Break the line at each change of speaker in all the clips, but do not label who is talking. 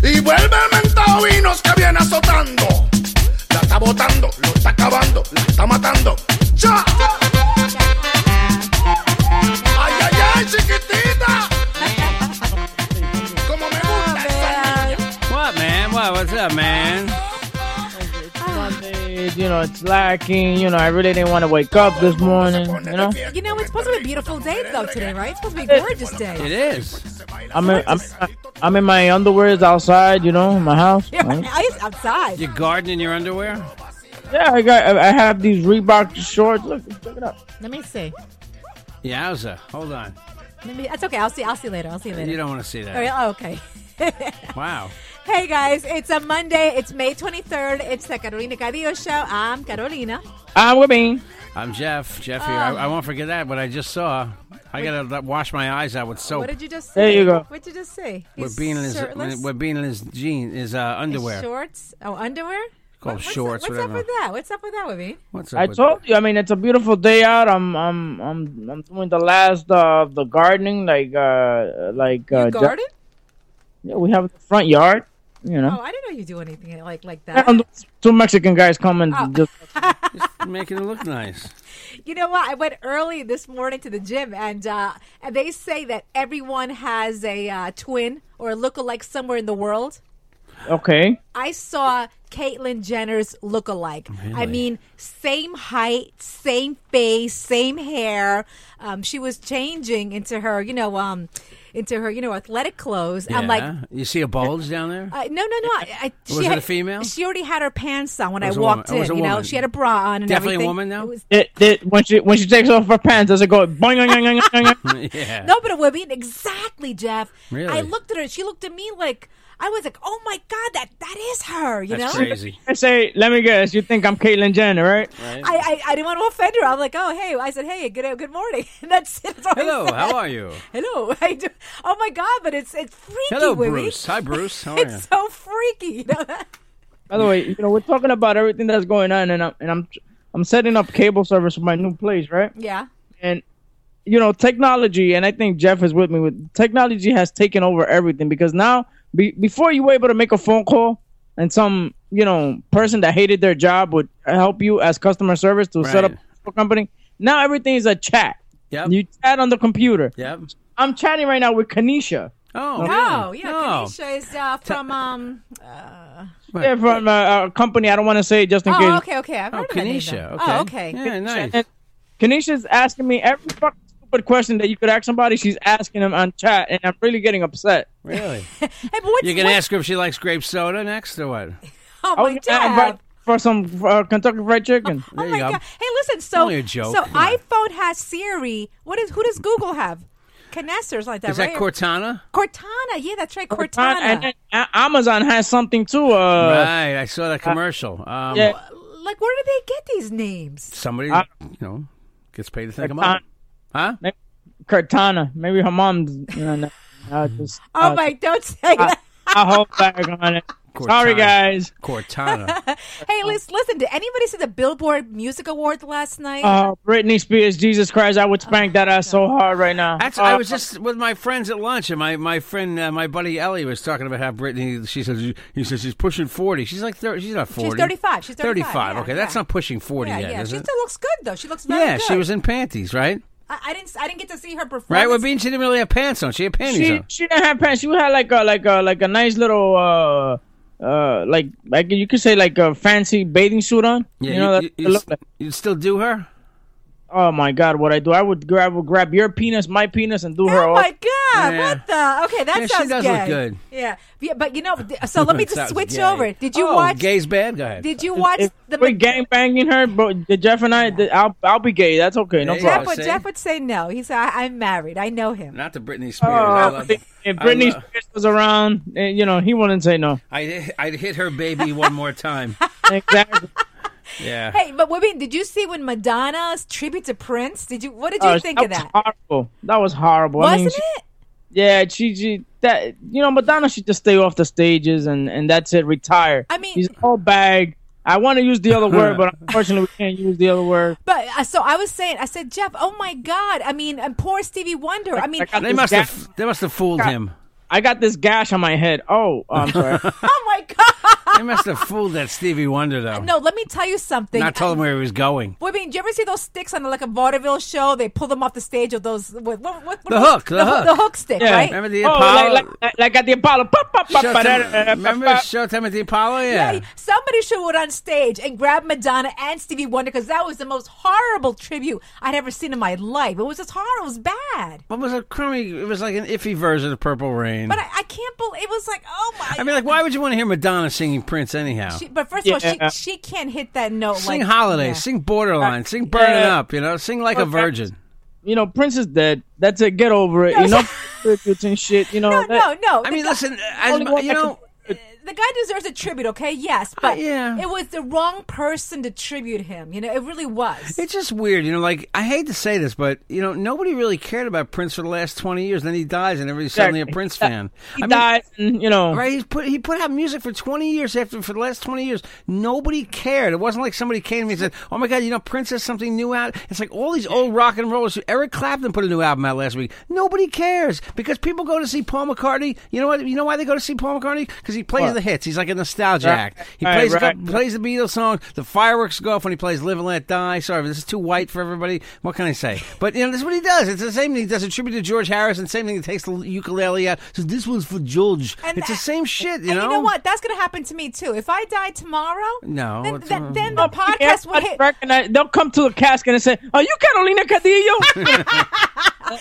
Y vuelve el mentado vinos que viene azotando. La está botando, lo está acabando, la está matando. ¡Ya! ¡Ay, ay, ay, chiquitita! ¡Cómo me gusta esa niña!
What, man? What? What's up, man?
Sundays, you know, it's lacking. You know, I really didn't want to wake up this morning. You know,
You know, it's supposed to be a beautiful day though today, right? It's supposed to be a gorgeous
It
day.
is.
I'm in, I'm, I'm in my underwears outside. You know, in my house.
You're
right?
it's outside.
Your garden in your underwear?
Yeah, I got. I I have these Reebok shorts. Look, check it out.
Let me see.
Yowza. Hold on.
Let me. That's okay. I'll see. I'll see you later. I'll see you later.
You don't want to see
Oh,
that.
yeah, oh, okay.
Wow.
Hey guys, it's a Monday. It's May 23rd. It's the Carolina Cadillo Show. I'm Carolina.
I'm with me.
I'm Jeff. Jeff
Oh.
here. I, I won't forget that, what I just saw. I got to wash my eyes out with soap.
What did you just say?
There you go.
What did you just say?
We're
He's
being in his,
shirtless?
we're being in his jeans, his uh, underwear.
Shorts? Oh, underwear?
Called
what's
shorts,
Up, what's
whatever.
up with that? What's up with that, Webby?
What's up
I
with-
told you. I mean, it's a beautiful day out. I'm, I'm, I'm, I'm doing the last uh, of the gardening, like, uh, like. Uh,
you
ju-
garden?
yeah, we have the front yard. You
Oh,
know,
I didn't know you do anything like like
And
that.
two Mexican guys come and
Oh.
just.
Making it look nice.
You know what? I went early this morning to the gym, and uh, and they say that everyone has a uh, twin or a lookalike somewhere in the world.
Okay.
I saw Caitlyn Jenner's lookalike. I mean, same height, same face, same hair. Um, she was changing into her, you know, um, into her, you know, athletic clothes. I'm like,
Yeah. you see a bulge down there?
uh, no, no, no. I, I, she
it
had,
a female?
She already had her pants on when I
was a
walked
woman. It
in.
was a
You know,
woman.
she had a bra on and
Definitely a
everything.
woman now?
It was-
It, it, when she when she takes off her pants, does it go boing, boing, boing, boing, boing?
yeah.
No, but it would be exactly, Jeff.
Really?
I looked at her. She looked at me like I was like, "Oh my god, that that is her." You
That's
know,
crazy.
I say, let me guess, you think I'm Caitlyn Jenner, right?
I, I I didn't want to offend her. I'm like, "Oh hey," I said, "Hey, good good morning." And that's it. That's all I
Hello,
said.
how are you?
Hello, I do. Oh my god, but it's it's freaky.
Hello,
Wibby.
Bruce. Hi, Bruce. How are you?
It's so freaky. You know?
By the way, you know we're talking about everything that's going on, and I'm and I'm I'm setting up cable service for my new place, right?
yeah.
And you know technology, and I think Jeff is with me. With technology has taken over everything because now, be, before you were able to make a phone call, and some you know person that hated their job would help you as customer service to set up
Right.
a company. Now everything is a chat.
Yep.
You chat on the computer.
yep.
I'm chatting right now with Kanisha.
Oh,
Oh
really?
yeah.
Oh.
Kanisha is uh, from um.
They're from a, a company I don't want to say just in case.
Oh okay okay. I've
Oh,
heard of that name,
Kanisha.
though.
Okay.
Oh okay.
Yeah, nice.
And Kanisha's asking me every fucking stupid question that you could ask somebody. She's asking him on chat, and I'm really getting upset.
Really?
Hey, but what's
You can
what-
ask her if she likes grape soda next or what?
Oh
I
my
was gonna
god.
invite for some uh, Kentucky Fried Chicken.
Oh
There
my
you go.
god! Hey, listen. So,
Only a joke.
so
Come on.
iPhone has Siri. What is? Who does Google have? Canessa or something like that,
Is
right?
that Cortana?
Cortana. Yeah, that's right. Cortana.
And then A- Amazon has something too. Uh,
right. I saw that commercial. Um,
yeah. Uh,
like, where do they get these names?
Somebody,
I-
you know, gets paid to think about. Huh?
Cortana. Maybe her mom's. You know, no, I just,
Oh
uh,
my! Don't say that.
I hold back on it. Sorry,
Cortana.
guys.
Cortana.
Hey, listen. Listen. Did anybody see the Billboard Music Awards last night?
Uh, Britney Spears, Jesus Christ, I would spank that ass so hard right now. Uh,
That's, I was just with my friends at lunch, and my my friend, uh, my buddy Ellie, was talking about how Brittany. She says he says she's pushing forty. She's like thirty. She's not forty.
35. She's 35, yeah,
okay, that's
yeah.
not pushing forty
yeah,
yet,
yeah.
is
She
it?
still looks good though. She looks very
yeah,
good.
she was in panties, right?
I, I didn't. I didn't get to see her perform.
Right? Well, being she didn't really have pants on. She had panties
She
on.
she didn't have pants. She had like a like a like a nice little uh uh like like you could say like a fancy bathing suit on.
Yeah,
you know that
you,
it looked like.
you still do her?
Oh my god, what I do? I would grab would grab your penis, my penis, and do her.
Oh
all-
my god!
Yeah.
What the? Okay, that
Yeah, she
sounds
does
gay.
look good.
Yeah. yeah, but you know, th- so let me just
Sounds
switch
gay.
over. Did you
oh,
watch?
Gay's bad. Go ahead.
Did you watch
if
the?
we're gang banging her, but Jeff and I, th- I'll I'll be gay. That's okay, no
Yeah,
problem.
Jeff would,
say?
Jeff would say no. He said, I, "I'm married. I know him."
Not the Britney
Oh.
Spears. I
Uh,
love-
if if
I
Britney
love-
Spears was around, eh, you know, he wouldn't say no.
I'd, I'd hit her baby one more time.
Exactly.
Yeah.
Hey, but women, did you see when Madonna's tribute to Prince? Did you? What did you
Uh,
think
that
of that?
Was horrible. That was horrible. I mean,
Wasn't
she-
it?
Yeah, she, she that you know Madonna should just stay off the stages and and that's it. Retire.
I mean-
she's a whole bag. I want to use the other word, but unfortunately, we can't use the other word.
But uh, so I was saying, I said, Jeff, oh my God! I mean, and poor Stevie Wonder. I mean,
I got
They
this
must
gash-
have they must have fooled him.
I got this gash on my head. Oh, I'm sorry.
oh my God!
They must have fooled that Stevie Wonder
Oh.
though.
No, let me tell you something.
Not told him where he was going.
Well, I mean, do you ever see those sticks on like a vaudeville show? They pull them off the stage of those. What, what, what,
The hook, the hook.
the hook stick,
Yeah.
right?
Remember the
oh,
Apollo?
like, like, like at the Apollo. Pop, pop, pop, ba- da- da- da-
Showtime, remember
ba-
Showtime at the Apollo? Yeah.
Hey, somebody should went on stage and grab Madonna and Stevie Wonder because that was the most horrible tribute I'd ever seen in my life. It was just horrible. It was bad.
What was a crummy? It was like an iffy version of Purple Rain.
But I, I can't believe it was like, oh my.
I mean, like, why would you want to hear Madonna singing Prince anyhow?
She, but first of all,
Yeah.
she she can't hit that note.
sing
like,
Holiday,
yeah.
sing Borderline, sing Burning
Yeah.
Up, you know, sing like a
Okay.
virgin.
you know, Prince is dead. That's it. Get over it. You know, tributes and shit. You know,
No, no,
that-
no.
I
The
mean,
guy-
listen, as,
only one
you
that
know,
the guy deserves a tribute, okay? Yes, but
yeah.
it was the wrong person to tribute him. You know, it really was.
it's just weird, you know, like, I hate to say this, but, you know, nobody really cared about Prince for the last 20 years, and then he dies, and everybody's suddenly a
Exactly.
Prince
He
fan.
He
I mean,
died, and, you know.
Right, he's put he put out music for twenty years. After for the last twenty years, nobody cared. It wasn't like somebody came to me and said, "Oh my God, you know, Prince has something new out." It's like all these old rock and rollers. Eric Clapton put a new album out last week. Nobody cares because people go to see Paul McCartney. You know what? You know why they go to see Paul McCartney? Because he plays the hits. He's like a nostalgia
Right.
act. He
Right,
plays a
right.
couple- plays the Beatles song. The fireworks go off when he plays "Live and Let Die." Sorry, but this is too white for everybody. What can I say? But you know, this is what he does. It's the same thing. He does a tribute to George Harrison. Same thing. He takes the ukulele out. So this one's for George.
And
it's the
that-
same shit. You
and
know.
you know what? That's going to happen to me too. If I die tomorrow,
No,
then,
it's,
then-
uh,
then the podcast will
Everybody
hit.
recognize- They'll come to the casket and say, "Are you Carolina Cadillo?"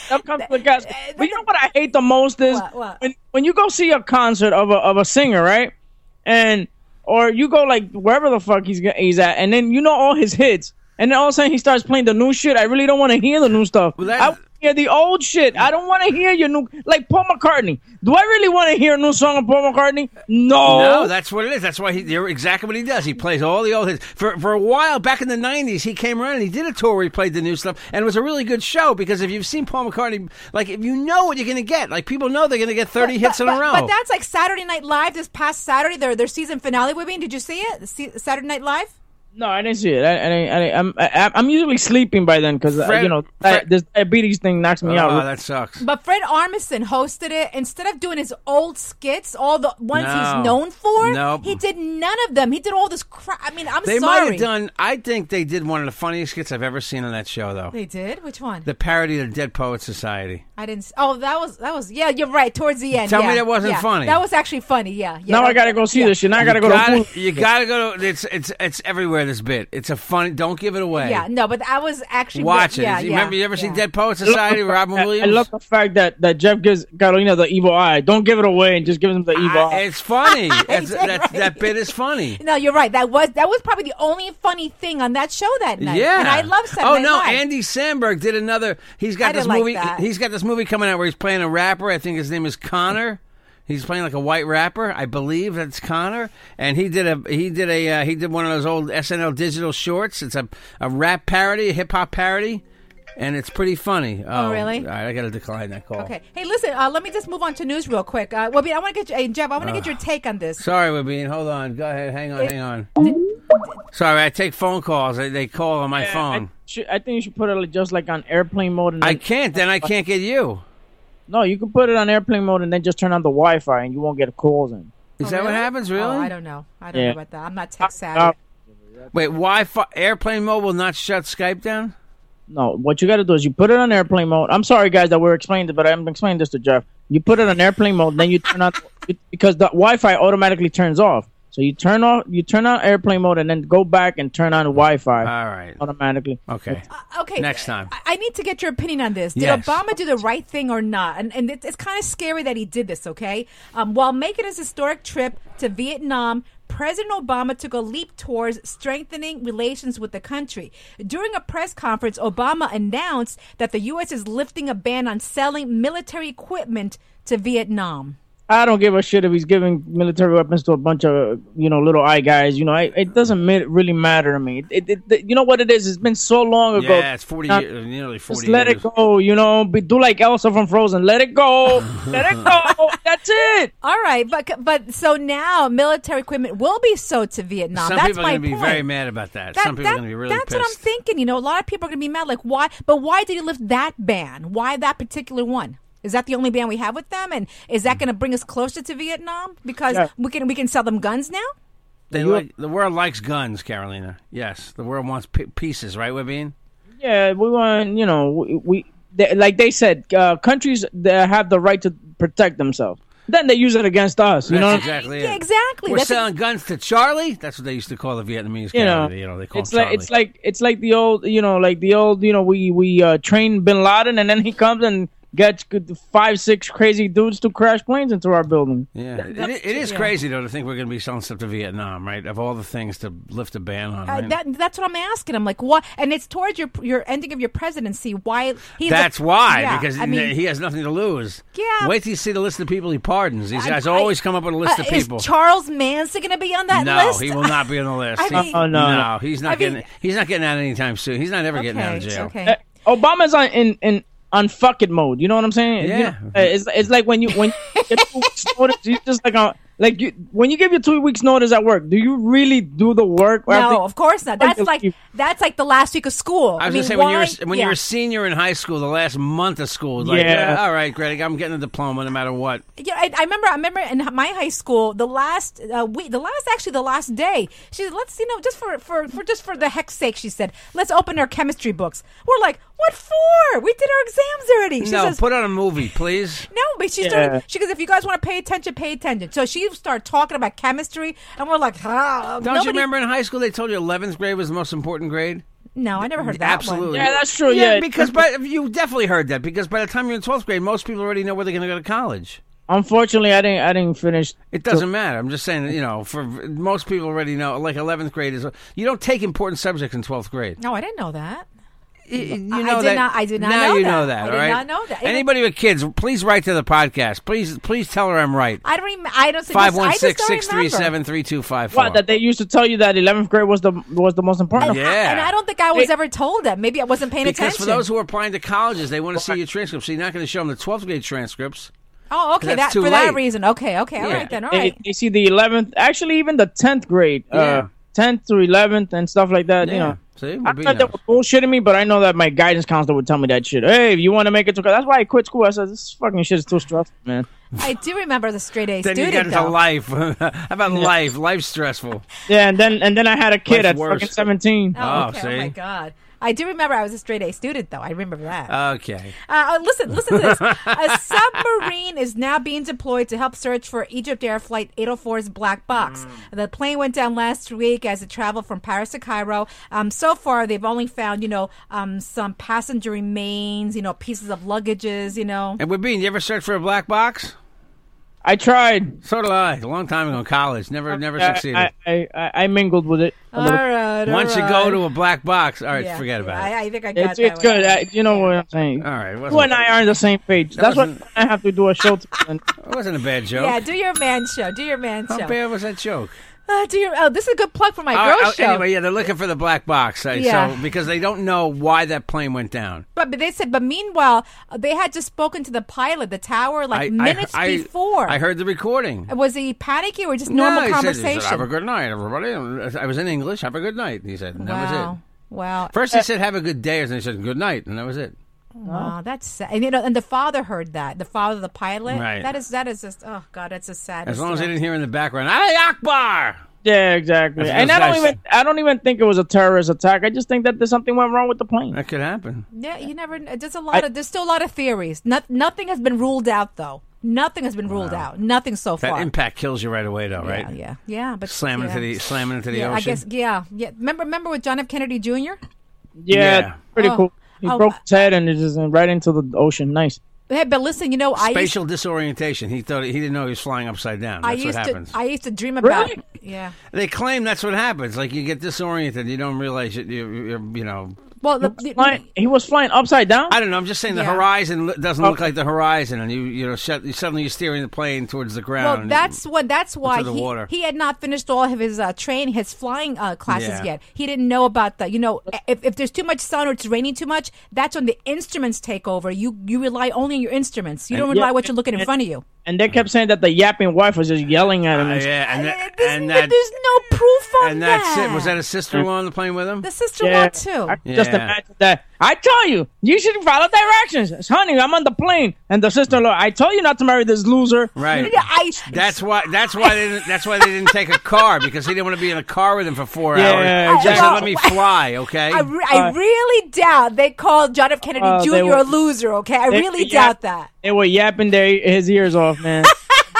They'll come to the casket. But you know what I hate the most is
What, what?
when when you go see a concert of a of a singer, right? And or you go like wherever the fuck he's go- he's at, and then you know all his hits, and then all of a sudden he starts playing the new shit. I really don't want to hear the new stuff.
that-
I want to hear the old shit. I don't want to hear your new like Paul McCartney. Do I really want to hear a new song of Paul McCartney? No.
No, that's what it is. That's why he, you're exactly what he does. He plays all the old hits. For for a while back in the '90s, he came around and he did a tour where he played the new stuff, and it was a really good show because if you've seen Paul McCartney, like if you know what you're going to get, like people know they're going to get 30 hits in
but,
a row.
But that's like Saturday Night Live this past Saturday, their their season finale. Women, did you see it? The se- Saturday Night Live.
No, I didn't see it. I, I, I, I'm I, I'm usually sleeping by then because
Fred-
you know
Fred-
di- this diabetes thing knocks me
oh,
out.
that sucks.
But Fred Armisen hosted it. Instead of doing his old skits, all the ones
No.
he's known for,
Nope.
he did none of them. He did all this crap. I mean, I'm
They
sorry.
might have done. I think they did one of the funniest skits I've ever seen on that show, though.
They did. Which one?
the parody of Dead Poets Society.
I didn't. s- Oh, that was that was. Yeah, you're right. Towards the end.
Tell me
yeah,
that wasn't
yeah.
funny.
That was actually funny. Yeah. yeah
now I
that-
gotta go see
yeah.
this shit. Now I gotta go
Gotta-
to. the
you gotta go to it's it's it's everywhere. This bit. It's a funny. Don't give it away.
Yeah, no, but I was actually
Watch it.
Yeah,
you
yeah,
remember you ever
yeah.
seen Dead Poets Society? Robin
I, I
Williams.
love the fact that, that Jeff gives Carolina the evil eye. Don't give it away and just give him the evil
I-
eye.
it's funny. It's,
did,
that,
right?
that bit is funny.
No, you're right. That was that was probably the only funny thing on that show that night.
Yeah,
and I love Saturday
Oh no,
Night Live.
Andy Sandberg did another. He's got
I
this
didn't like
movie.
that.
He's got this movie coming out where he's playing a rapper. I think his name is Connor. He's playing like a white rapper, I believe that's Connor. And he did a he did a uh, he did one of those old SNL digital shorts. It's a a rap parody, a hip hop parody, and it's pretty funny. Oh,
really?
All right, I got to decline that call.
Okay. Hey, listen. Uh, let me just move on to news real quick. Uh, well, I want to get you, hey, Jeff. I want to
Uh,
get your take on this.
Sorry, Wabine. Hold on. Go ahead. Hang on. Hang on. Sorry, I take phone calls. They, they call on my phone.
Should- I think you should put it like- just like on airplane mode. And
I,
then,
can't. Then I can't get you.
no, you can put it on airplane mode and then just turn on the Wi-Fi and you won't get calls in.
Is that what happens? Really? Uh,
Oh, I don't know. I don't
Yeah.
know about that. I'm not tech savvy.
Uh,
Wait. Wi-Fi airplane mode will not shut Skype down.
No, what you got to do is you put it on airplane mode. I'm sorry, guys, that we're explaining this, but I'm explaining this to Jeff. You put it on airplane mode, then you turn on because the Wi-Fi automatically turns off. So you turn off, you turn on airplane mode, and then go back and turn on Wi-Fi
All right.
automatically.
Okay.
Okay.
Next time.
I, I need to get your opinion on this. Did
Yes.
Obama do the right thing or not? And, and it's, it's kind of scary that he did this, okay? Um, while making his historic trip to Vietnam, President Obama took a leap towards strengthening relations with the country. During a press conference, Obama announced that the U.S. is lifting a ban on selling military equipment to Vietnam.
I don't give a shit if he's giving military weapons to a bunch of you know little eye guys. You know, I, it doesn't ma- really matter to me. It, it, it, you know what it is? It's been so long ago.
Yeah, it's forty
Now,
years, nearly forty.
Just let
years.
it go. You know, be, do like Elsa from Frozen. Let it go. let it go. That's it.
All right, but but so now military equipment will be sold to Vietnam.
Some
That's
people are
my
going to be
point.
very mad about that.
That-
Some people are
that-
going to be really
that's
pissed.
what I'm thinking. You know, a lot of people are going to be mad. Like, why? But why did he lift that ban? Why that particular one? Is that the only ban we have with them? And is
Hmm.
that going to bring us closer to Vietnam because
Yeah.
we can we can sell them guns now?
They like, the world likes guns, Carolina. Yes, the world wants p- pieces, right, Webin?
Yeah, we want. You know, we, we they, like they said, uh, countries that have the right to protect themselves. Then they use it against us. You
That's
know.
exactly
Yeah,
it.
exactly.
We're
That's
selling guns to Charlie. That's what they used to call the Vietnamese.
You know,
Carolina. you know, they call
it's
him
like
Charlie.
it's like it's like the old, you know, like the old, you know, we we uh, train Bin Laden, and then he comes and gets good- five, six crazy dudes to crash planes into our building.
yeah, it, it is crazy though to think we're going to be selling stuff to Vietnam, right? Of all the things to lift a ban on.
Uh,
right?
that, that's what I'm asking. I'm like, what? And it's towards your your ending of your presidency. Why? He
That's
lift-
why,
Yeah,
because
I mean,
he has nothing to lose.
Yeah.
Wait till you see the list of people he pardons. These
I-
guys
I-
always come up with a list
uh,
of people.
Is Charles Manson going to be on that
no,
list?
he will not be on the list.
I
He-
mean-
Oh, no, no.
he's not
I mean-
getting. he's not getting out anytime soon. He's not ever getting out of
Okay.
jail.
Uh,
Okay.
Obama's on in in on fuck it mode. You know what I'm saying?
Yeah.
You know, uh, it's it's like when you when you get two weeks notice, you just like on like you when you give your two weeks notice at work, do you really do the work? Or
No,
everything-
of course not. That's like that's like the last week of school.
I was
mean,
gonna say when you
why-
were when you
yeah.
were a senior in high school, the last month of school, like, uh,
Yeah.
all right, Greg, I'm getting a diploma no matter what.
Yeah, I, I remember. I remember in h- my high school, the last uh, week, the last actually, the last day. She said, "Let's you know, just for for for just for the heck's sake," she said, "Let's open our chemistry books." We're like, "What for? We did our exams already." She
no,
says,
put on a movie, please.
"No," but she
Yeah.
started. She goes, "If you guys want to pay attention, pay attention." So she started talking about chemistry, and we're like, "Ah,
Don't
nobody-
you remember in high school they told you 11th grade was the most important grade?
No, I never heard that.
Absolutely.
One.
Yeah, that's true. Yeah,
because but you definitely heard that because by the time you're in 12th grade, most people already know where they're going to go to college.
unfortunately, I didn't I didn't finish.
It doesn't matter. I'm just saying, that, you know, for most people already know. Like 11th grade is you don't take important subjects in 12th grade.
No, I didn't know that.
Y- You
I
know
did
that.
not- I did not
now
know
you
that.
know that.
I
all
did
right?
not know that. It-
Anybody with kids, please write to the podcast. Please, please tell her I'm right.
I don't. Even, I don't.
Five one
I just
six
don't
six three
remember.
seven three two five four.
What that they used to tell you that 11th grade was the was the most important.
Oh, Yeah.
And I don't think I was ever told that. Maybe I wasn't paying
Because
attention.
for those who are applying to colleges, they want to see your transcripts. So you're not going to show them the 12th grade transcripts.
oh, okay.
that's
That
too
for that
late.
reason. Okay. Okay. All
Yeah.
right then. All
They,
right.
they see the 11th, actually even the 10th grade,
Yeah.
uh, 10th to 11th and stuff like that. You
Yeah.
know.
See?
I
We're being
thought they were
honest.
bullshitting me, but I know that my guidance counselor would tell me that shit. Hey, if you want to make it to college, that's why I quit school. I said this fucking shit is too stressful, man.
I do remember the straight A
Then you
student
get into
though.
life. How about life? Life's stressful.
Yeah, and then and then I had a kid
Life's
at
worse.
fucking 17.
Oh,
Oh,
okay.
see?
Oh my god. I do remember I was a straight A student though. I remember that.
Okay.
Uh, uh, listen, listen to this. A submarine is now being deployed to help search for Egypt Air Flight 804's black box. The plane went down last week as it traveled from Paris to Cairo. Um, so far, they've only found, you know, um, some passenger remains, you know, pieces of luggages, you know.
And Wabine, you ever search for a black box?
I tried.
So did I. A long time ago in college. Never, never succeeded.
I, I, I, I mingled with it. a
All
little.
right. all
Once you
right.
go to a black box, all right,
Yeah,
forget about
I,
it.
I think I got
It's,
that
it's
one.
good. I, you know what I'm saying.
all right. It
You
wasn't,
and I are on the same page. That's why
wasn't-
I have to do a show. To, and
it wasn't a bad joke.
Yeah, do your man show. Do your man
How
show.
bad was that joke?
Uh, do your, oh, this is a good plug for my
Uh,
girl
uh,
show.
Anyway, yeah, they're looking for the black box. Right?
Yeah.
So because they don't know why that plane went down.
But, but they said, but meanwhile, uh, they had just spoken to the pilot, the tower, like
I- I-
minutes
I,
before.
I heard the recording.
Was he panicky or just
No,
normal
he said- he said,
conversation?
have a good night, everybody. I was in English. Have a good night. He said, and that was
wow. Uh,
it.
Wow.
First, he said, "Have a good day," and then he said, "Good night," and that was it.
Wow, that's sad. And you know, and the father heard that. The father, the pilot.
Right.
That is that is just oh god, that's a sad.
As long as they
story.
didn't hear in the background, Ali Akbar.
Yeah, exactly.
That's
And I don't
nice.
even I don't even think it was a terrorist attack. I just think that there's something went wrong with the plane.
That could happen.
Yeah, you never. There's a lot of. There's still a lot of theories. Not, nothing has been ruled out though. Nothing has been ruled out. Nothing so
That
far.
impact kills you right away, though,
yeah,
right?
yeah, yeah. But
Slamming
yeah.
into the slamming into the
yeah,
ocean.
I guess. Yeah, yeah. Remember, remember with John F. Kennedy Jr.
Yeah,
Yeah.
pretty
Oh.
cool. He
Oh,
broke
I-
his head and it just went right into the ocean. Nice.
Hey, but listen, you know, I used,
Spatial disorientation. He thought he didn't know he was flying upside down.
I
That's what
used to,
happens.
I used to dream about.
Really?
Yeah.
They claim that's what happens. Like you get disoriented, you don't realize you, you, you, you know.
Well, the, the-
Flying, he was flying upside down.
I don't know. I'm just saying the
Yeah. Oh.
horizon lo- doesn't look like the horizon, and you you know shut, you, suddenly you're steering the plane towards the ground.
Well, that's what. That's why
the water.
he, he had not finished all of his uh, training, his flying uh, classes
Yeah.
yet. He didn't know about that. You know, if, if there's too much sun or it's raining too much, that's when the instruments take over. You you rely only on your instruments. You don't rely what you look at in front of you.
And they kept saying that the yapping wife was just yelling at him.
Uh,
and
yeah, and,
Uh,
that,
there's,
and
n-
that
there's no proof on
and
that.
that's it. Was that a sister-in-law on the plane with him?
the sister-in-law too?
I can just
Oh. Yeah.
imagine that. I tell you, you should follow directions, honey. I'm on the plane, and the sister-in-law. I told you not to marry this loser.
Right.
Yeah, I,
That's why. That's why. They didn't, that's why they didn't take a car because he didn't want to be in a car with him for four
Yeah,
hours. He said,
exactly.
let me fly, okay?
I, re- I
Uh,
really doubt they called John F. Kennedy
uh, they
Jr.
were-
a loser. Okay, I
They-
really
yeah.
doubt that.
They were yapping their his ears off, man.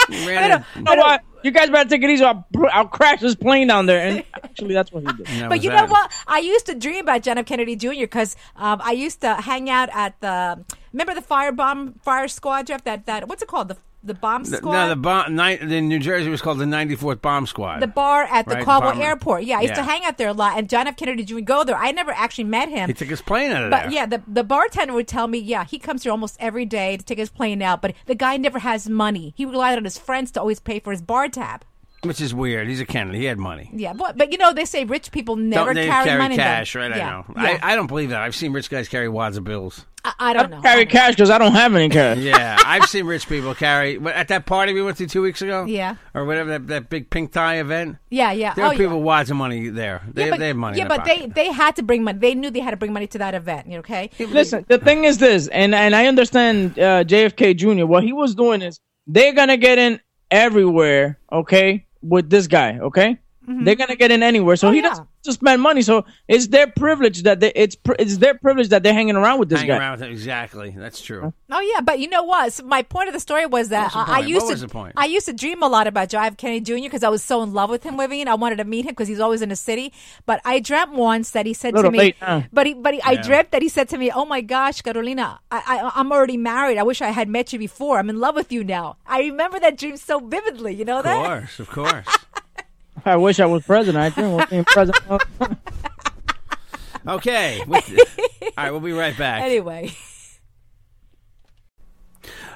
Ran
you know what? You guys better take it easy. I'll, I'll crash this plane down there. And actually, that's what he did.
in- that
But
was
you know
that.
what? I used to dream about John F. Kennedy Jr. because um, I used to hang out at the. Remember the firebomb fire squad, Jeff? That that what's it called? The the bomb
The-
squad.
No, the bomb. Ni- in New Jersey, it was called the 94th Bomb Squad.
The bar at the
Right,
Caldwell
bomber.
Airport. Yeah, I used to
Yeah.
hang out there a lot. And John F. Kennedy Jr. would go there. I never actually met him.
he took his plane out of
But
there.
yeah, the, the bartender would tell me, yeah, he comes here almost every day to take his plane out, but the guy never has money. He relied on his friends to always pay for his bar tab.
which is weird. He's a Kennedy. He had money.
Yeah, but, but you know, they say rich people
Don't
never
they
carry, money. in them.
cash, right?
Yeah.
I know.
Yeah.
I, I don't believe that. I've seen rich guys carry wads of bills.
I, I
I
don't know.
don't carry cash because I don't have any cash.
Yeah, I've seen rich people carry. But at that party we went to two weeks ago,
Yeah.
or whatever that, that big pink tie event,
Yeah, yeah.
there were
Oh, yeah.
people with wads of money there. They,
yeah, but,
they had money.
Yeah,
in their
but
pocket.
they they had to bring money. They knew they had to bring money to that event. you know, Okay.
Listen, the thing is this, and and I understand uh, JFK Jr. What he was doing is they're gonna get in everywhere, okay, with this guy, okay. They're gonna get in anywhere, so he
yeah.
doesn't have to spend money. So it's their privilege that they it's pri- it's their privilege that they're hanging around with this
Hang
guy.
around with them. Exactly. That's true.
Oh yeah, but you know what? So my point of the story was that
What was the
I, I
point?
used
What
to
was the point?
I used to dream a lot about John F. Kennedy Jr. because I was so in love with him, Vivian. I wanted to meet him because he's always in the city. But I dreamt once that he said to
Little
me,
late, huh?
but he, but he, I dreamt that he said to me, "Oh my gosh, Carolina, I, I I'm already married. I wish I had met you before. I'm in love with you now." I remember that dream so vividly. You know
Of
that?
course, of course.
I wish I was president. I dream of being president.
okay. with- all right, we'll be right back.
Anyway,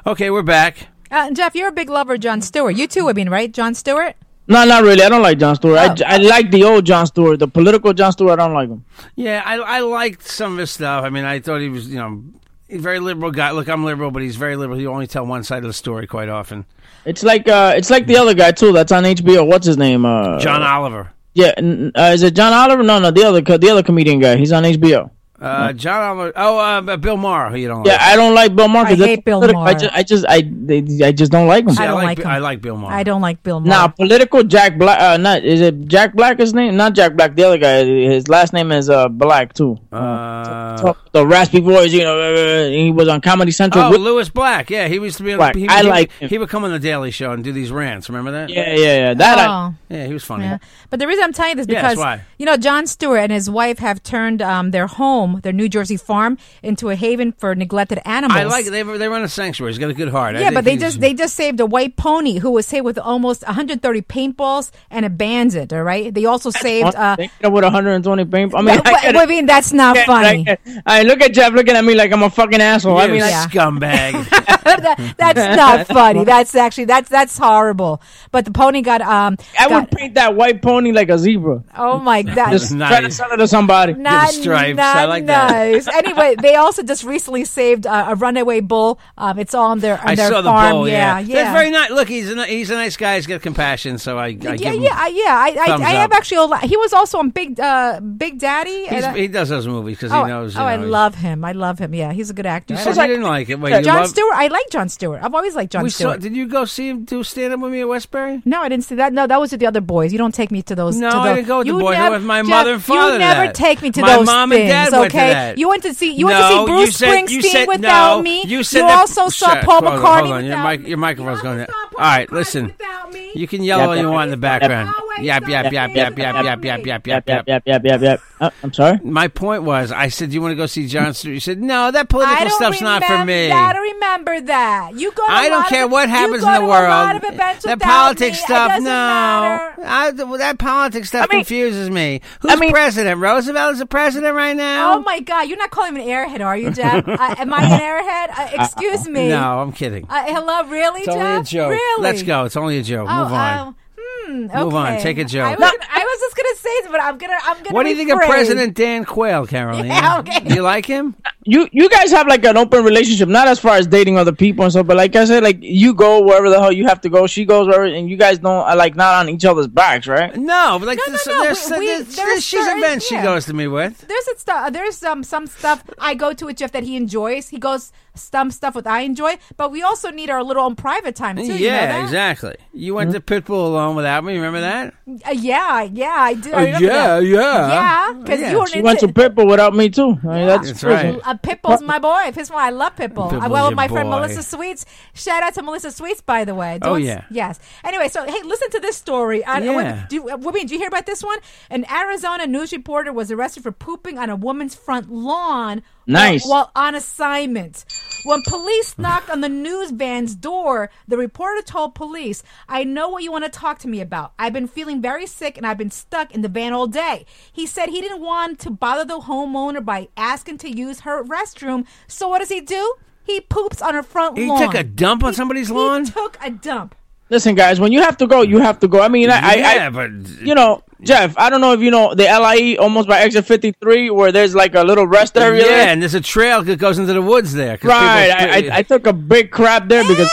Okay, we're back.
uh, Jeff, you're a big lover of John Stewart. You too, I mean, right? John Stewart.
no, not really. I don't like John Stewart. I, I like the old John Stewart, the political John Stewart. I don't like him.
Yeah, I, I liked some of his stuff. I mean, I thought he was, you know, a very liberal guy. Look, I'm liberal, but he's very liberal. He only tell one side of the story quite often.
It's like uh, it's like the other guy too. That's on HBO. What's his name? Uh,
John Oliver.
Yeah, n- uh, is it John Oliver? No, no, the other co- the other comedian guy. He's on HBO.
Uh, John Oliver. Oh, uh, Bill Maher. Who you don't
Yeah,
like.
I don't like Bill Maher. 'cause
I hate
that's
Bill
political. I
Maher.
just, I just, I, they, I just don't like him.
See,
I don't like
Bi-
him.
I like Bill Maher.
I don't like Bill Maher.
Now, political Jack Black. Uh, not is it Jack Black? His name? Not Jack Black. The other guy. His last name is uh Black too.
Uh,
the raspy voice. You know, uh, he was on Comedy Central.
oh,
with-
Lewis Black. Yeah, he used to be. On,
Black.
He,
I
he-
like him.
He would come on the Daily Show and do these rants. Remember that?
yeah, yeah, yeah. That. I,
Oh.
Yeah, he was funny.
Yeah. But the reason I'm telling you this is
Yeah, that's
because
why.
you know John Stewart and his wife have turned um, their home, their New Jersey farm, into a haven for neglected animals.
I like. They they run a sanctuary. He's got a good heart. I
Yeah, but
think
they
he's-
just they just saved a white pony who was hit with almost 130 paintballs and abandoned. All right, they also saved. Uh,
they get up with 120 paint. I mean,
that,
I
what,
get
what
it.
do you mean that's not
I
funny.
get it. I look at Jeff looking at me like I'm a fucking asshole. I
You
mean, like,
Yeah.
scumbag.
that, that's not funny. That's actually that's that's horrible. But the pony got um.
I
got,
would paint that white pony like a zebra.
oh my god.
Just try to
Nice.
sell it to somebody.
not,
stripes.
not
I like that.
nice. anyway, they also just recently saved uh, a runaway bull. Um, it's all on their on
I
their
saw the
farm.
bull. Yeah,
yeah, yeah.
That's very nice. Look, he's a, ni- he's a nice guy. He's got compassion, so I, I give
yeah,
him.
yeah, I- yeah. I,
thumbs
I, I have
up.
actually. A lot. He was also on Big uh, Big Daddy. and
He's,
I-
he does those movies because
oh,
he knows.
oh,
you
I
know, he's-
love him. I love him. Yeah, he's a good actor.
You
I
said
like-
you didn't like it. Wait, you
John
love-
Stewart. I like John Stewart. I've always liked John
We saw.
Stewart.
Did you go see him do stand up with me at Westbury?
No, I didn't see that. No, that was with the other boys. You don't take me to those.
No,
to
I
those-
didn't go with the
you
boys. I
nev-
went with my
Jeff,
mother and
You
father to
never
that.
take me to
My
those
mom and
things.
dad
okay,
went to that.
you went to see you
No,
went to see
you
Bruce
said- you
Springsteen
said-
without
no,
me.
You said that-
also saw
Shut-
Paul
hold on,
McCartney
Hold on, your,
without
mic,
me.
your microphone's
You
going.
also
there.
saw
All
Paul
right,
McCartney
listen.
without me.
You can yell all you want in the background.
Always
Yap
saw
yap
me
yap yap yap
without
yap yap
me.
yap
Yep,
yap
yep,
yep.
yep, yep, yep, yep. Oh, I'm sorry.
My point was, I said, "Do you want to go see John Stewart?" You said, "No, that
I
political
don't
stuff's not for
remember-
me."
I don't remember that. You go. To
I
a
don't
lot
care
of,
what
you
happens
go
in the
to
world.
A lot of events
that
without
politics
me. It
stuff,
doesn't
no.
matter.
I, that politics stuff
I mean-
confuses me. Who's
mean-
president? Roosevelt is the president right now.
Oh my God! You're not calling me an airhead, are you, Jeff? uh, am I an airhead? Uh, excuse me.
No, I'm kidding.
Uh, hello, really,
it's
Jeff?
only a joke.
Really?
Let's go. It's only a joke.
Oh,
Move on.
um, hmm,
Move on.
okay.
Take a joke.
I was, gonna- I was just gonna say, this, but I'm gonna. I'm gonna.
what do you think of
rephrase.
President Dan Quayle, Caroline?
Yeah, okay.
Do you like him?
You you guys have like an open relationship, not as far as dating other people and stuff, but like I said, like you go wherever the hell you have to go, she goes wherever, and you guys don't are like not on each other's backs, right?
No, but like
no,
this,
no.
There's,
We- we-
there's-
there's
there's- she's
certain-
events
yeah.
she goes to me with.
There's a stuff. There's um, some stuff I go to with Jeff that he enjoys. He goes some stuff with I enjoy, but we also need our little own private time too. you know
yeah,
that?
exactly. You
Hmm?
went to Pitbull alone without me. Remember that?
Uh, yeah, yeah, I do. I
Oh,
remember
yeah,
that.
yeah.
yeah. Because
Yeah.
you were
She went to Pitbull without me too. I mean, that's,
That's right.
Uh, Pitbull's my boy. Pitbull's my, I love Pitbull. I
Pitbull's
went with
your
my friend
boy.
Melissa Sweets. Shout out to Melissa Sweets, by the way.
Oh,
Don't-
yeah.
Yes. Anyway, so hey, listen to this story. I, I want-
Yeah.
do you, uh, Whoopi, did you hear about this one? An Arizona news reporter was arrested for pooping on a woman's front lawn.
Nice.
While, while on assignment. When police knocked on the news van's door, the reporter told police, I know what you want to talk to me about. I've been feeling very sick and I've been stuck in the van all day. He said he didn't want to bother the homeowner by asking to use her restroom. So what does he do? He poops on her front
He
lawn.
took a dump on somebody's
He
lawn.
took a dump.
Listen, guys, when you have to go, you have to go. I mean, I, I,
yeah,
I
but
you know, Jeff, I don't know if you know the LIE almost by exit 53 where there's like a little rest area.
yeah,
there.
and there's a trail that goes into the woods there. 'cause
right. I,
people-
I, I took a big crap there because.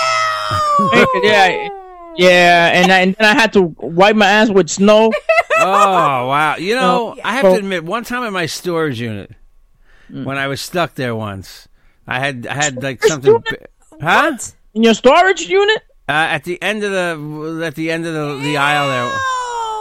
yeah. I- Yeah, and, I, and then I had to wipe my ass with snow.
oh wow! You know, I have
Well- Hmm.
to admit, one time in my storage unit, when I was stuck there once, I had I had like something, bi- huh?
In your storage unit?
Uh, at the end of the at the end of the, the aisle there.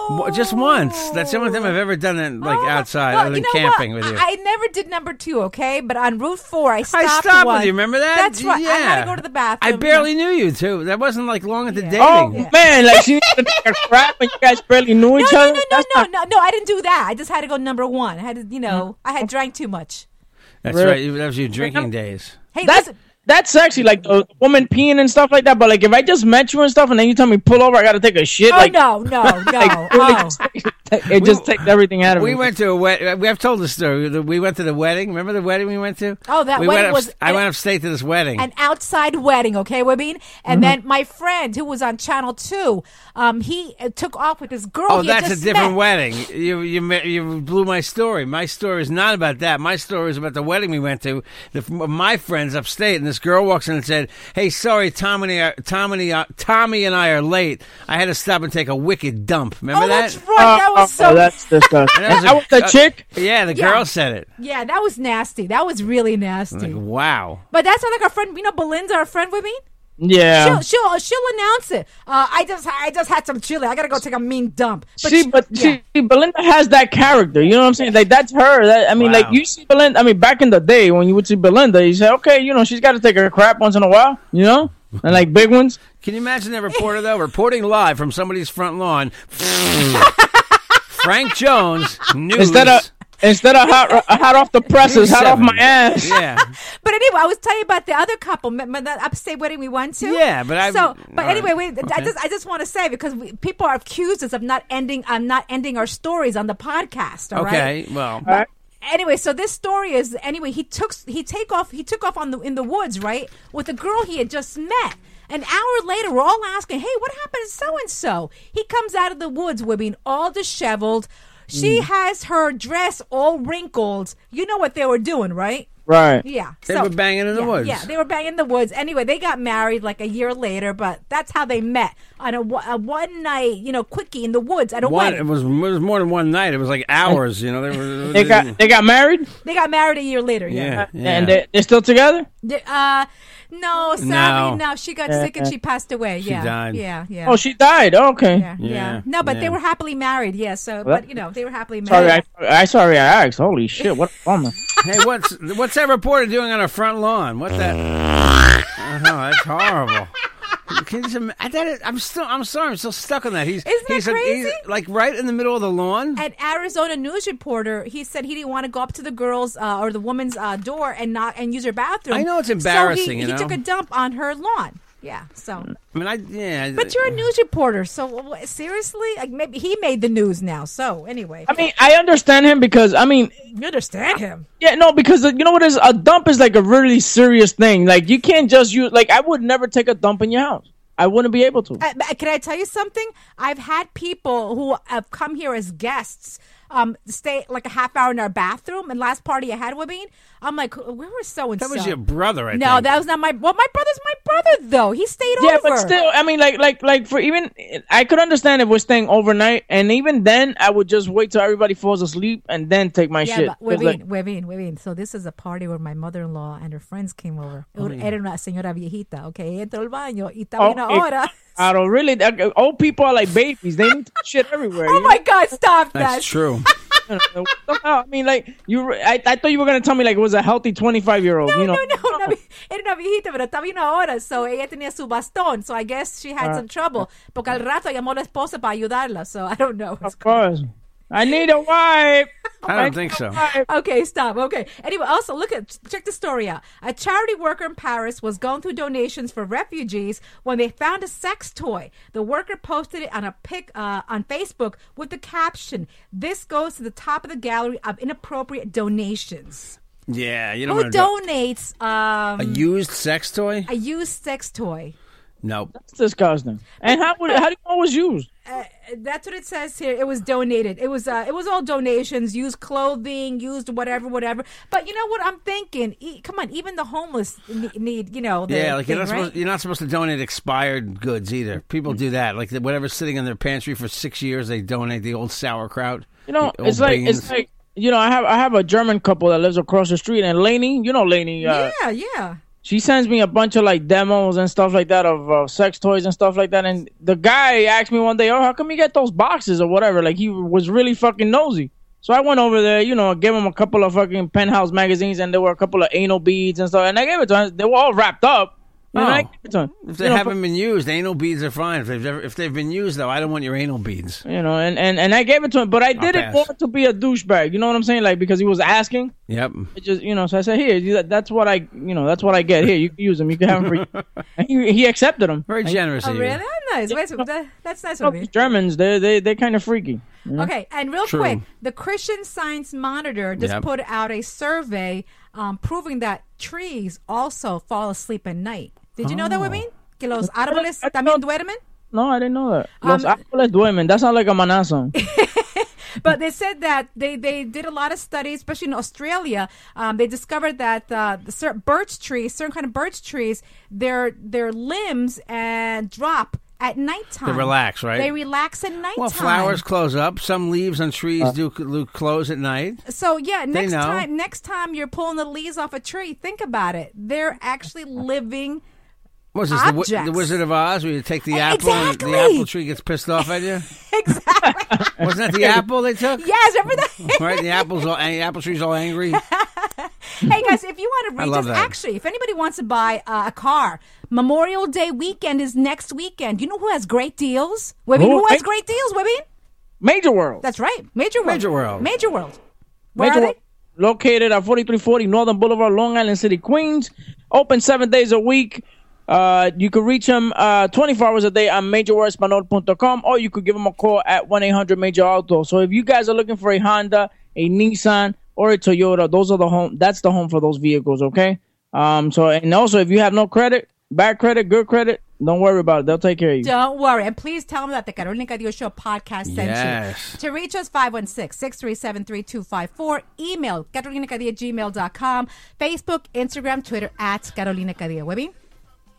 Wa- Just once. That's the only time I've ever done it, like
Oh,
outside,
well,
other than
you know
camping
what?
with you.
I, I never did number two, okay? But on Route Four, I stopped.
stopped
once.
with you. Remember that?
That's right. I had to go to the bathroom.
I barely knew you too. That wasn't like long at the dating.
Oh man, like she used to take a crap and you guys barely knew
No,
each
no,
other.
no, no,
That's
no,
not-
no, no. I didn't do that. I just had to go number one. I had to, you know, I had drank too much.
That's
Really?
right. That was your drinking days.
Hey,
That's
listen.
that's sexy, like the woman peeing and stuff like that. But like if I just met you and stuff, and then you tell me pull over, I gotta take a shit.
Oh
like
no, no, no.
really
Oh.
just- it just takes everything out of
We
me.
went to a wedding. I've told the story. We went to the wedding. Remember the wedding we went to?
Oh, that
We
wedding
went up-
was-
I went upstate to this wedding.
an outside wedding, okay, Webin?
Mm-hmm.
And then my friend who was on Channel 2, um, he uh, took off with this girl.
Oh,
he
that's
had
a
just
different
met.
wedding. You, you ma- you blew my story. My story is not about that. My story is about the wedding we went to. The, f- my friends upstate, and this girl walks in and said, "Hey, sorry, Tom and I are, Tom and I, Tommy and I are late. I had to stop and take a wicked dump. Remember
Oh,
that?
that's right. that was so.
Oh, that's disgusting.
That was uh, a-
I was the chick.
Yeah, the
Yeah.
girl said it.
yeah, that was nasty. That was really
Like,
nasty.
wow.
But that's not like our friend, you know, Belinda, our friend, Webin?
Yeah.
She'll, she'll she'll announce it. Uh, I just I just had some chili. I gotta go take a mean dump.
See,
she-
but
yeah.
see, Belinda has that character. You know what I'm saying? Like that's her. That, I mean,
Wow.
like you see Belinda. I mean, back in the day when you would see Belinda, you say, okay, you know, she's got to take her crap once in a while. You know, and like big ones.
Can you imagine that reporter though reporting live from somebody's front lawn? Frank Jones news
Instead of instead of hot, uh, hot off the presses, hot off my ass.
Yeah.
But anyway, I was telling you about the other couple, m- m- that upstate wedding we went to.
Yeah, but I-
so. But
all right,
anyway, we, I
okay.
just I just want to say because we, people are accused us of not ending I'm not ending our stories on the podcast. all right?
Okay. Well.
But- anyway, so this story is anyway. He took he take off he took off on the in the woods right with a girl he had just met. An hour later, we're all asking, "Hey, what happened to so and so?" He comes out of the woods, being all disheveled.
Mm.
She has her dress all wrinkled. You know what they were doing, right?
Right.
Yeah.
They were banging in the
yeah,
woods.
Yeah, they were banging in the woods. Anyway, they got married like a year later, but that's how they met on a, wa- a one night, you know, quickie in the woods at a
One, it
wedding.
was it was more than one night. It was like hours. You know, they were.
They got they got married
They got married a year later. Yeah.
yeah, yeah.
and they, they're still together.
They- Uh, no,
No.
sadly, no. She got sick and she passed away. yeah.
died.
Yeah. Yeah.
Oh, she died. Oh, okay.
yeah, yeah.
Yeah,
No, but
yeah.
they were happily married. Yeah. So, but you know, they were happily married.
Sorry, I, I sorry I asked. Holy shit! What a bummer.
hey, what's what's that reporter doing on her front lawn? What's that? oh, that's horrible. Can you just im- I, that is, I'm still. I'm sorry. I'm still stuck on that. He's
Isn't that
he's, like- he's,
crazy?
like right in the middle of the lawn.
An Arizona news reporter, he said he didn't want to go up to the girl's uh, or the woman's uh, door and not and use her bathroom.
I know it's
So he-
embarrassing,
he,
you know?
took a dump on her lawn. Yeah. So,
I mean, I yeah.
but you're a news reporter, so wh- seriously, like maybe he made the news now. So anyway,
I mean, I understand him because I mean,
you understand him.
yeah, no, because uh, you know what is a dump is like a really serious thing. Like you can't just use. Like I would never take a dump in your house. I wouldn't be able to.
Uh, but can I tell you something? I've had people who have come here as guests um, stay like a half hour in our bathroom. And last party I had with me, I'm like, where was so and so?
that was your brother. I
No,
think.
that was not my. Well, my brother's my brother though. He stayed
Yeah,
over.
but still, I mean, like, like, like for even, I could understand if we're staying overnight, and even then, I would just wait till everybody falls asleep and then take my
Yeah,
shit.
but
'Cause, like,
Webin, Webin, Webin. So this is a party where my mother-in-law and her friends came over.
Oh,
Era una señora viejita, okay? Entró al baño y estaba una
okay,
hora.
I don't really. that- old people are like babies; they need shit everywhere.
Oh
you
my God! Stop that.
That's true.
know? I mean, like you, were- I, I thought you were gonna tell me like it was a healthy twenty-five year old. you know,
no, no, una vie- era una viejita, pero estaba una hora, so ella tenía su bastón, so I guess she
Ah.
had some trouble, porque al rato llamó la esposa para ayudarla, so I don't know.
of course. I need a wife.
I don't think so.
Okay, stop. Okay. Anyway, also look at check the story out. A charity worker in Paris was going through donations for refugees when they found a sex toy. The worker posted it on a pic uh, on Facebook with the caption, "This goes to the top of the gallery of inappropriate donations."
Yeah, you don't.
Who
wanna do-
donates
a
um,
used sex toy?
a used sex toy?
Nope.
It's disgusting. And how would how do you know it was used?
That's what it says here. It was donated. It was uh, it was all donations, used clothing, used whatever, whatever. But you know what I'm thinking? E- come on, even the homeless ne- need, you know, the
Yeah, like you're
thing,
not,
right? Mm.
supposed, you're not supposed to donate expired goods either. People do that. Like the- whatever's sitting in their pantry for six years, they donate the old sauerkraut.
You know,
the old
it's like
beans.
it's like you know, I have I have a German couple that lives across the street, and Laney, you know, Laney. Uh,
yeah, yeah.
she sends me a bunch of like demos and stuff like that of uh, sex toys and stuff like that. And the guy asked me one day, "Oh, how come you get those boxes or whatever?" Like he was really fucking nosy. So I went over there, you know, gave him a couple of fucking penthouse magazines, and there were a couple of anal beads and stuff. And I gave it to him. They were all wrapped up. And I
Oh.
gave it to him.
If they
you know,
haven't been used, anal beads are fine. If they've ever, if they've been used though, I don't want your anal beads.
you know, and, and and I gave it to him, but I did it
pass.
more to be a douchebag. You know what I'm saying? Like because he was asking.
Yep.
It just you know, so I said, "Here, you- that's what I, you know, that's what I get. Here, you can use them. You can have them for." you." And he, he accepted them.
Very generous
Oh,
of you.
really? Oh, nice. Wait, so that- that's nice of you.
Germans, they they they kind of freaky.
Okay, and real
True.
quick, the Christian Science Monitor just
Yep.
put out a survey um, proving that trees also fall asleep at night. Did you know that, Webin? Que los árboles
Oh. I thought-
también duermen?
No, I didn't know that. Los
Um,
árboles duermen. That sounds like a maná song.
But they said that they, they did a lot of studies, especially in Australia. Um, they discovered that uh, the cer- birch trees, certain kind of birch trees, their their limbs and drop at nighttime.
They relax, right?
They relax at nighttime.
Well, flowers close up. Some leaves on trees
Uh.
do, do close at night.
So yeah, next
know.
time next time you're pulling the leaves off a tree, think about it. They're actually living.
What Was this the, Wi- the
Objects.
Wizard of Oz where you take the apple and the
Exactly.
apple tree gets pissed off at you? exactly. Wasn't that the apple they took?
Yes, remember that?
Right, the apple's all, and the apple tree's all angry.
hey guys, if you want to
I
reach
love
us,
that.
actually, if anybody wants to buy uh, a car, Memorial Day weekend is next weekend. You know who has great deals? Women,
Who?
who has
Hey.
great deals? Women.
Major World.
That's right. Major World.
Major World.
Major World. Where
Major
are
World. Located at 4340 Northern Boulevard, Long Island City, Queens. Open seven days a week. Uh, you can reach them uh, 24 hours a day on majorworldspanol.com or you could give them a call at 1 800 Major Auto. So if you guys are looking for a Honda, a Nissan, or a Toyota. Those are the home. That's the home for those vehicles. Okay. Um. So and also, if you have no credit, bad credit, good credit, don't worry about it. They'll take care of you.
Don't worry. And please tell them that the Carolina Cadillo Show podcast sent
Yes.
you. To reach us, 516-637-3254. Email, carolinacadillo@gmail.com. Facebook, Instagram, Twitter, at Carolina Cadillo. Webby?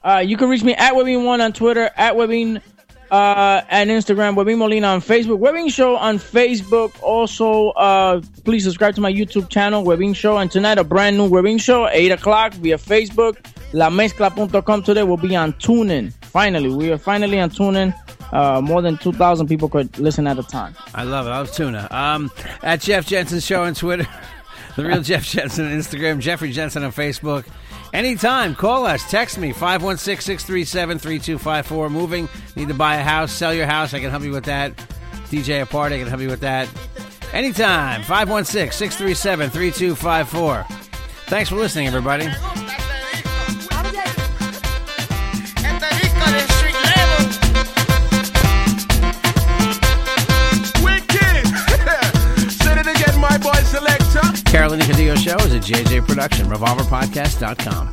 Uh, you can reach me at Webbing1 on Twitter, at Webbing uh, and Instagram, Webbing Molina on Facebook, Webbing Show on Facebook. Also, uh, please subscribe to my YouTube channel, Webbing Show. And tonight, a brand new Webbing Show, 8 o'clock via Facebook. LaMezcla.com today will be on TuneIn. Finally, we are finally on TuneIn. Uh, more than 2,000 people could listen at a time.
I love it. I love tuna. Um, at Jeff Jensen Show on Twitter, The Real Jeff Jensen on Instagram, Jeffrey Jensen on Facebook. Anytime, call us, text me, 516 637 3254. Moving, need to buy a house, sell your house. I can help you with that. DJ a party, I can help you with that. Anytime, 516 637 3254. Thanks for listening, everybody.
este Wicked! Say it again, my boy selector.
Carolina Cadillo Show is a JJ production, revolverpodcast.com.